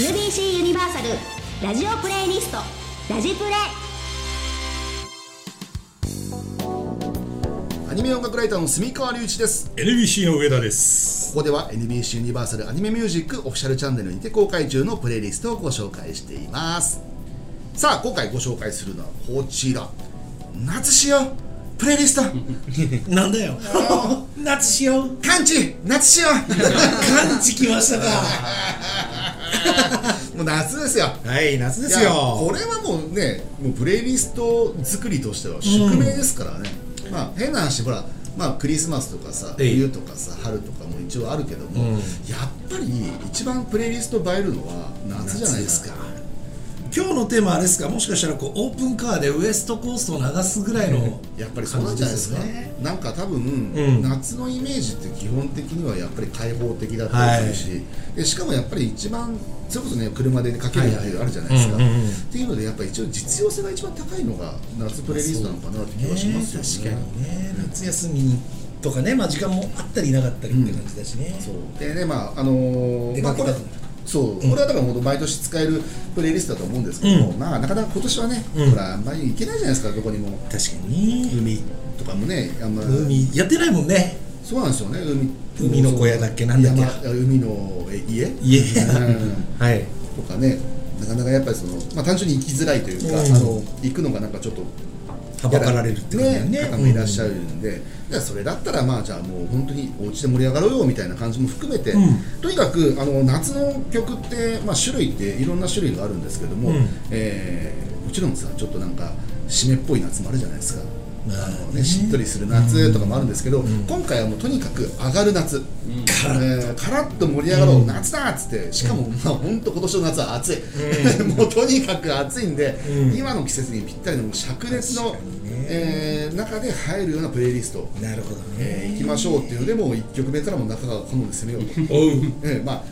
UBC ユニバーサルラジオプレイリストラジプレアニメ音楽ライターの住川隆一です NBC の上田ですここでは NBC ユニバーサルアニメミュージックオフィシャルチャンネルにて公開中のプレイリストをご紹介していますさあ今回ご紹介するのはこちら夏しようプレイリストなんだよ 夏しようカンチ夏しよ感知きましたかうもう夏ですよはい夏でですよこれはもうねもうプレイリスト作りとしては宿命ですからね、まあ変な話ほらまあクリスマスとかさええ冬とかさ春とかも一応あるけども、やっぱり一番プレイリスト映えるのは夏じゃないですか今日のテーマあれですかもしかしたらこうオープンカーでウエストコーストを流すぐらいのやっぱりそうなんじゃないですか感じねなんか多分、ん夏のイメージって基本的にはやっぱり開放的だったはりいするし、でしかもやっぱり一番それこそね車でかけるっていうのあるじゃないですか、はいはいうんうんうんっていうのでやっぱり一応実用性が一番高いのが夏プレイリストなのかなって気がしますよねね確かにね夏休みにとかね、まあ、時間もあったりなかったりって感じだしね、そうでねまああのー出まあかけこたれくなるそう、これはだからもう毎年使えるプレイリストだと思うんですけども、まあなかなか今年はね、うんほらあんまり行けないじゃないですかどこにも確かに海とかもねあんま海やってないもんねそうなんですよね海海の小屋だっけなんだっけ山海のえ家家うんはいとかねなかなかやっぱりその、まあ、単純に行きづらいというか、うんあの行くのがなんかちょっと はばかられるって感じだよね方もいらっしゃるんで、じゃあそれだったらまあじゃあもう本当にお家で盛り上がろうよみたいな感じも含めて、うんとにかくあの夏の曲って、まあ、種類っていろんな種類があるんですけども、うんえーもちろんさちょっとなんか湿っぽい夏もあるじゃないですか。まああねのね、しっとりする夏とかもあるんですけど、今回はもうとにかく上がる夏、からカラッと盛り上がろう、夏だっつってしかも、まあ、ほんと今年の夏は暑い、 もうとにかく暑いんで、うん今の季節にぴったりのもう灼熱の、確かにねえー中で入るようなプレイリスト、なるほどえねいきましょうっていうのでもう1曲目からもう中川好んで攻めようと、おうえーまあ、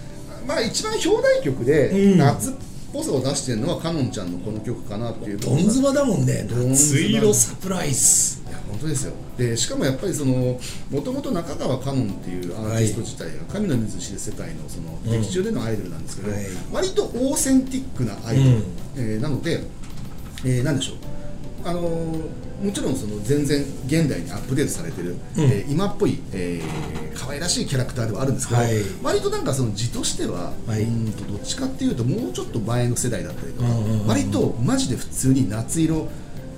まあ一番表題曲でうん夏っぽさを出してるのはかのんちゃんのこの曲かなっていうどんずばだもんねどんずば水色サプライズいや本当ですよでしかもやっぱりそのもともと中川かのんっていうアーティスト自体が神の水知る世界のそのうん劇中でのアイドルなんですけど、はい割とオーセンティックなアイドル、うんえーなので、えーなんでしょうあのーもちろんその全然現代にアップデートされてる、うんえー今っぽい、えー可愛らしいキャラクターではあるんですけど、はい割となんかその字としては、はいい、とどっちかっていうともうちょっと前の世代だったりとか、うんうんうん割とマジで普通に夏色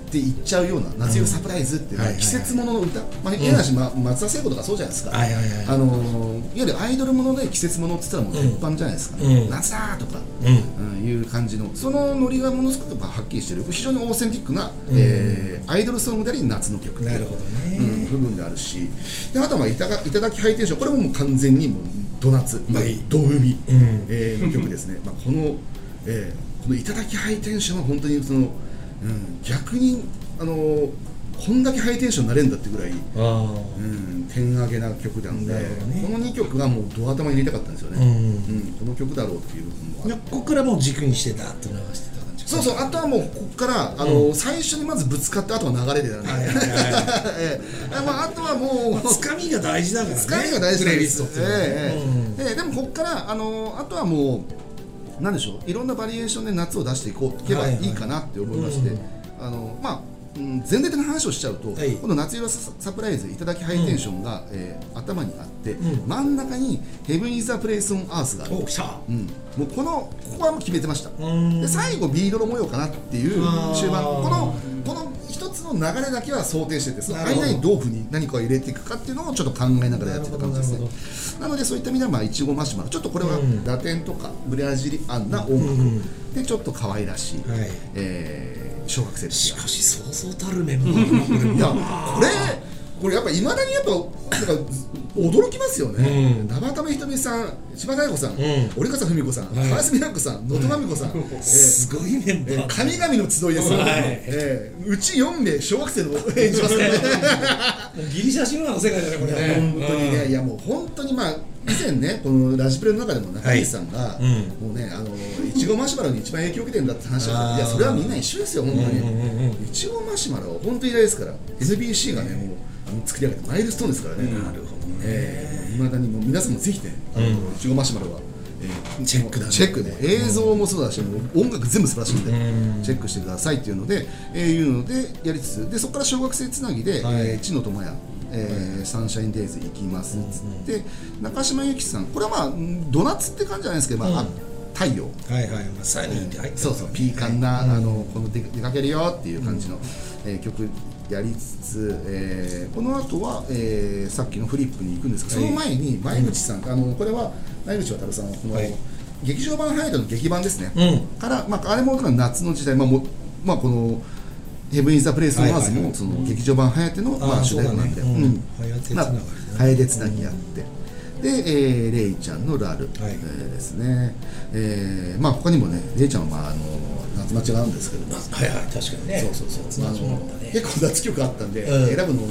って言っちゃうような夏色サプライズっていうのははいはいはい季節ものの歌、まあ、変な話、ま松田聖子とかそうじゃないですか、はいはいはいあのーいわゆるアイドルもので季節ものって言ったらもう鉄板じゃないですか、うん夏だーとか、うんうんいう感じのそのノリがものすごくはっきりしてる非常にオーセンティックな、えーアイドルソングであり夏の曲っていうなるほどねうん部分であるしであとはまあいたが「いただきハイテンション」これももう完全にもうド夏、まあはい、ド海、うんえーの曲ですね、まあ、この、えーこの「いただきハイテンション」は本当にその、うん、逆にあのーこんだけハイテンションになれるんだってぐらい、うあん、点上げな曲なんで、なるほどねこの2曲がもうド頭に入れたかったんですよね、ううんこの曲だろうっていう部分もあってここからもう軸にしてダーッと流してた感じそうそう、あとはもうここから、あの、最初にまずぶつかって、あとは流れでなんで。 ええまあ、あとはもう。つかみが大事だからね使いが大事プなんレイでリスすトよっていうのはねえええうんえええでもここからあのあとはもうなんでしょういろんなバリエーションで夏を出していこういけばはいいはいいかなって思いまして、うんあのまあうん前提的な話をしちゃうと、はいこの夏色ササプライズ「いただきハイテンションが」ええ頭にあって、うん真ん中に「ヘブン・イザ・プレイス・オン・アース」があるおきたうん、もうこのここはもう決めてましたんで最後 B ドロ模様かなっていうあー終盤このこの一つの流れだけは想定しててそのなるほど間にどういうふうに何かを入れていくかっていうのをちょっと考えながらやってた感じなるほどなるですねなのでそういった意味ではまあいちごマシュマロちょっとこれはうんラテンとかブラジリアンな音楽、うんうんでちょっと可愛らしい、はいえー小学生たちしがかしそうそうたるメンバーいやこれこれやっぱいまだにやっぱなんか驚きますよね、うん生田目ひとみさん千葉大子さん、ん折笠文子さん、い原澄蘭子さん野戸真美子さん、えーすごいメンえーバー神々の集いですよ、はいえーうち4名小学生の演じますからねもうギリシャ神話の世界だねこれね本当にねいやもう本当にまあ以前ねこのラジプレの中でも中西さんが、いもうねあのいちごマシュマロに一番影響を受けてるんだって話あはーいやそれはみんな一緒ですよ本当に、うんうんうんいちごマシュマロは本当に偉大ですから NBC がねもうあの作り上げたマイルストーンですからね、なるほどねえー、いまだにもう皆さんもぜひねあの、いちごマシュマロは、えーチェックだねチェックね映像もそうだし、音楽全部素晴らしいんで、チェックしてくださいっていうので、えーいうのでやりつつでそこから小学生つなぎで「はいえー知の友也」えーサンシャインデイズ行きます」っつって、中島由紀さんこれはまあうんドナツって感じじゃないですけど、まああ太陽はいはいまあサニーって入ってそうそうピーカンな、あのこの出出かけるよっていう感じの、えー曲やりつつ、えーこの後は、えーさっきのフリップに行くんですけど、はいその前に前口さん、あのこれは前口渡さんのこの、はい劇場版ハイドの劇版ですね、うから、まあ、あれもだから夏の時代、まあもまあ、このヘブン・イズ・ザ・プレイスのマーズはいはいはもいその劇場版ハヤテの、まあーあ、主題歌なんで、そうだねうんハヤテつまながりだねあハヤテつなぎやって、で、えーレイちゃんのラル、えーですね、えーまあ他にもねレイちゃんは、まあ、あの夏待ちがあるんですけど、はいはい確かにねそうそうそうつまずまったね結構脱曲あったんで、うん選ぶの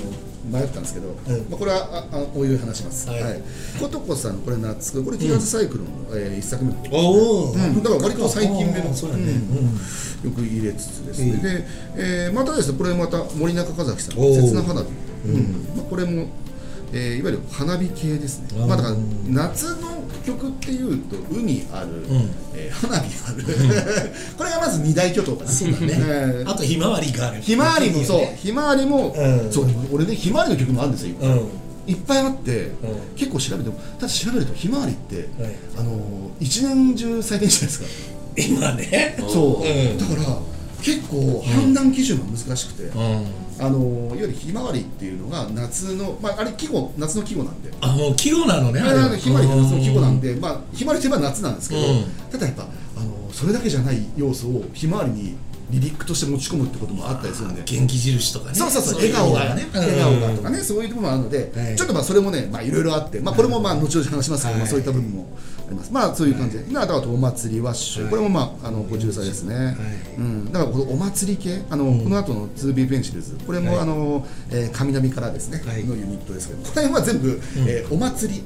迷ったんですけど、んまあ、これはああこういう話します、はいことこさんこれ夏これ「ティアーズ・サイクルの」えー一作目のおお、うんだから割と最近目のあーそうだね、うんうんよく入れつつですね、うんで、えーまたですねこれまた森中和樹さんおの「ー刹那花火」うんまあ、これも、えーいわゆる花火系ですね、あーまあ、だから夏の曲っていうと海ある、んえー花火ある、 これがまず二大巨頭かなそうだね、えーあとひまわりがあるひまわりもそう、ひまわりも、うんそう俺ねひまわりの曲もあるんですよ、うんうんいっぱいあって、ん結構調べてもただ調べるとひまわりって、はいあのー一年中採点じゃないですか今ねそう、うんだから結構判断基準が難しくて、うんあのいわゆるひまわりっていうのが夏の、まあ、あれ季語夏の季語なんであもう季語なのねあれはひまわりって夏の季語なんでで、まあ、ひまわりといえば夏なんですけど、うんただやっぱあのそれだけじゃない要素をひまわりにリリックとして持ち込むってこともあったりするんで。元気印とかねそうそうそう笑顔がね、笑顔がとかねね、そういうところもあるので、はいちょっとまあそれもね、まあいろいろあって、まあこれもまあ後々話しますけど、まはいあそういった部分もあります。まあそういう感じで、なあとはお祭りワッシュ、これもまああのご重祭ですね。うん、だからこのお祭り系、あの、この後の 2B ペンシルズ、これも、はいあの、えー、神からですね、はいのユニットですけど、この辺は全部、えーお祭り、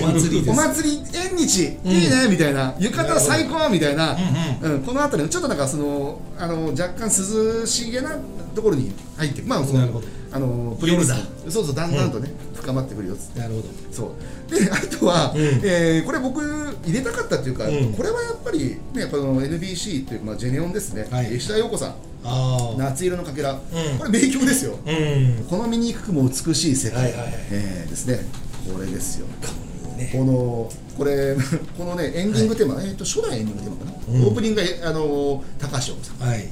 お祭りで すお祭り縁日、いいねみたいな、浴衣最高みたいな、うんこのあたりのちょっとなんかそのあの若干涼しげなところに入って、まあそなのるほどあの夜だそうそうだんだんとね、深まってくるよっつって。なるほどそうであとは、えーこれ僕入れたかったっていうか、うんこれはやっぱり、ね、この NBC というか、まあ、ジェネオンですね、はい吉田陽子さん「ああ夏色のかけら」んこれ名曲ですよ、うんこの醜くも美しい世界、はいはいはいえーですねこれですよねこのこれ このねエンディングテーマ、えー、と初代エンディングテーマかな、うんオープニングが、えあのー高橋陽子さんはい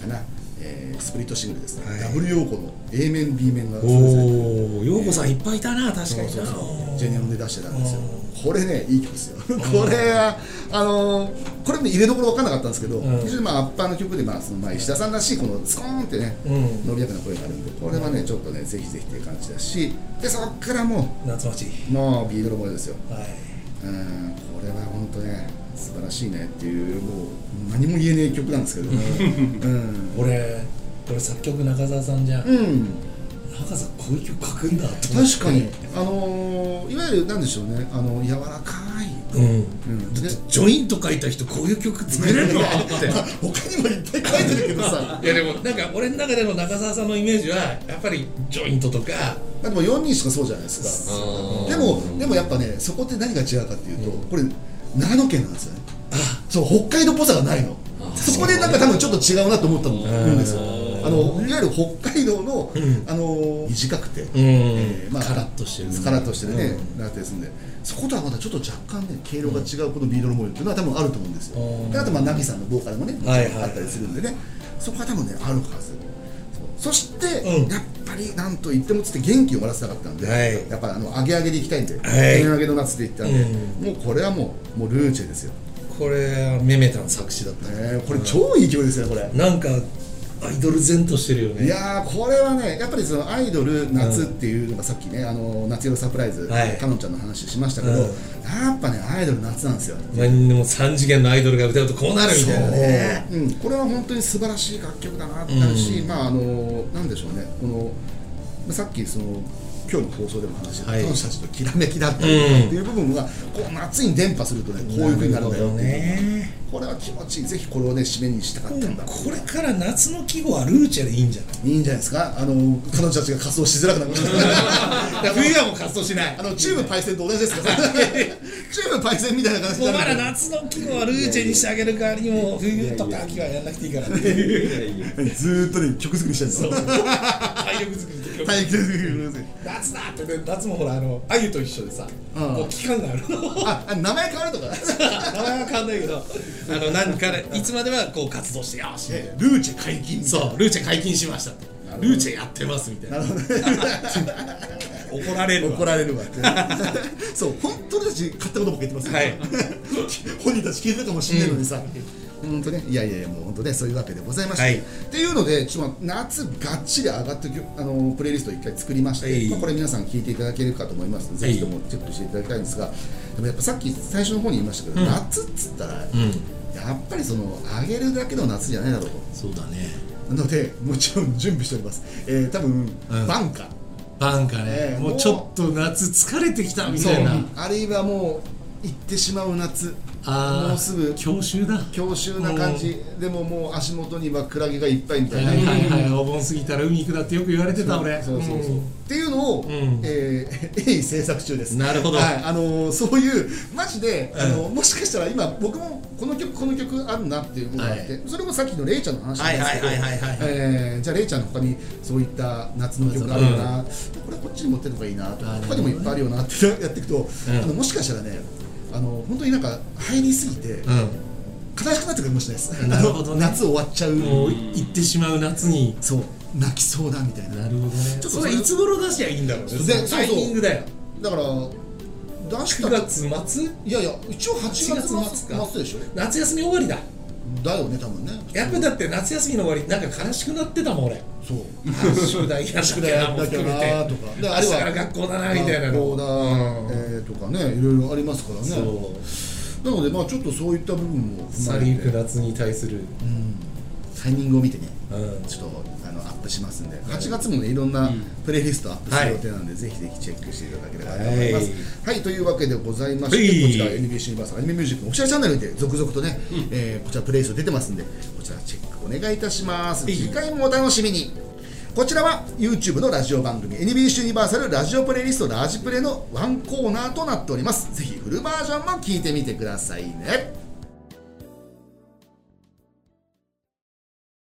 かな、えースプリットシングルですね、はい W 陽子の A 面 B 面がおお陽子さんいっぱいいたな確かそうにそなうそうジェネオンで出してたんですようこれねいい曲ですよこれはあのーこれね入れどころ分かんなかったんですけど、ん非常にまあアッパーの曲で、まあ、そのまあ石田さんらしいこのスコーンってね、うん伸びやかな声があるんでこれはねちょっとねぜひぜひっていう感じだしでそっからも夏祭りうもうビードル模様ですよはいうんこれは本当ね素晴らしいねっていうもう何も言えねえ曲なんですけど、うん俺これ作曲中澤さんじゃんうん中澤こういう曲書くんだと思って確かに、あのーいわゆるなんでしょうねあの柔らかい、うんうん、でジョイント書いた人こういう曲作れるのって他にもいっぱい書いてるけどさいやでもなんか俺の中での中澤さんのイメージはやっぱりジョイントとかでも4人しかそうじゃないですかでもでもやっぱねそこって何が違うかっていうと、これ長野県なんですよねそう北海道っぽさがないのそこでなんか多分ちょっと違うなと思ったのうんですよあのいわゆる北海道の、あの短くて、えーまあカラッとしてるねカラッとしてるね、なってですんでそことはまたちょっと若干ね経路が違うこのビードル模様っていうのは多分あると思うんですよ、うんであとまあナギさんのボーカルもねもちろんはいはいはいあったりするんでね、そこは多分ねあるはずそうそして、うんやっぱりなんと言ってもつって元気を終わらせたかったんで、はいやっぱりあの上げ上げでいきたいんで、は上いげ上げの夏でいったんで、もうこれはもうもうルーチェですよ、ねこれメメタの作詞だったえ、これ超いい曲ですよこれ、なんかアイドル前としてるよねいやーこれはねやっぱりそのアイドル夏っていうのがさっきね、あの夏色サプライズ、はいかのんちゃんの話しましたけど、うんやっぱねアイドル夏なんですよ何でも3次元のアイドルが歌うとこうなるみたいなねそううん、これは本当に素晴らしい楽曲だなってなるし、まああのなんでしょうねこのまあさっきその今日の放送でも話した、はい彼女たちのきらめきだったりとかっていう部分が、こう夏に伝播するとねこういうふうになるんだよっていうなるほどねこれは気持ちいいぜひこれをね締めにしたかったんだ、これから夏の季語はルーチェでいいんじゃないいいんじゃないですかあの彼女たちが活動しづらくな る冬はもう活動しないあのチューブパイセンと同じですからチューブパイセンみたいな感じもうにまなだる夏の季語はルーチェにしてあげる代わりにも冬とか秋はやんなくていいからねずーっとね曲作りしてるんですよ 体力作りって体育作りの夏だってね夏もほらあのアユと一緒でさうんこう期間があるのああ名前変わるとか名前は変わん ないけどあの何かねいつまではこう活動してよしえルーチェ解禁そうルーチェ解禁しましたってルーチェやってますみたいな 怒られるわ怒られるわって そう本当に私勝手なこと僕言ってますよ、はい 本人たち聞いてるかもしれないのにさ、本当ね、いやいやいやもう本当ねそういうわけでございまして、はいっていうのでちょっと夏がっちり上がってきあのプレイリストを一回作りまして、はいまあ、これ皆さん聞いていただけるかと思いますので、はいぜひともチェックしていただきたいんですがでもやっぱさっき最初の方に言いましたけど、うん夏っつったら、んやっぱりその上げるだけの夏じゃないだろうとそうだねなので もちろん準備しております、えー、多分、うんバンカーなんかねええももううちょっと夏疲れてきたみそたういなあるいはもう行ってしまう夏あーもうすぐ教習だ強襲な感じでももう足元にはクラゲがいっぱいみたはいいはいな。はいお盆過ぎたら海行くだってよく言われてた俺そうそうそううっんていうのを、んえー鋭意制作中ですなるほどはいあのーそういうマジで、うんあのもしかしたら今僕もこの曲この曲あるなっていうことがあって、はそれもさっきのレイちゃんの話なんですけどはいはいはいはいはいえーじゃあレイちゃんの他にそういった夏の曲があるよな、これこっちに持ってるのがいいなとかあー他にもいっぱいあるよなってやって いくと、んあのもしかしたらねあの本当になんか入りすぎて、う悲しくなってくるかもしれないですなるほどねあの夏終わっちゃう、んもう行ってしまう夏にそう泣きそうだみたいななるほどねちょっとそれいつ頃出しゃいいんだろうでねそのそうそうタイミングだよだから出した9月末いやいや一応8月末8月末か末でしょ夏休み終わりだだよね多分ねやっぱだって夏休みの終わりなんか悲しくなってたもん 俺そう宿題やらな宿き題ゃやなんもなきゃ含めなてとか明日から学校だなみたいな学の校だ、うんえーとかねいろいろありますからねそうなのでまあちょっとそういった部分も去踏まえりゆくて夏に対するタイミングを見てねうんちょっとあのアップしますんで8月もねいろんなプレイリストアップする予定なんで、ぜひぜひチェックしていただければと思いますはい、というわけでございまして、はいこちら NBC ユニバースアニメミュージックのオフィシャルチャンネルで続々とね、えーこちらプレイリスト出てますんでこちらチェックお願いいたしますい次回もお楽しみにこちらは YouTube のラジオ番組 NBC ユニバーサルラジオプレイリストラジプレのワンコーナーとなっておりますぜひフルバージョンも聞いてみてくださいね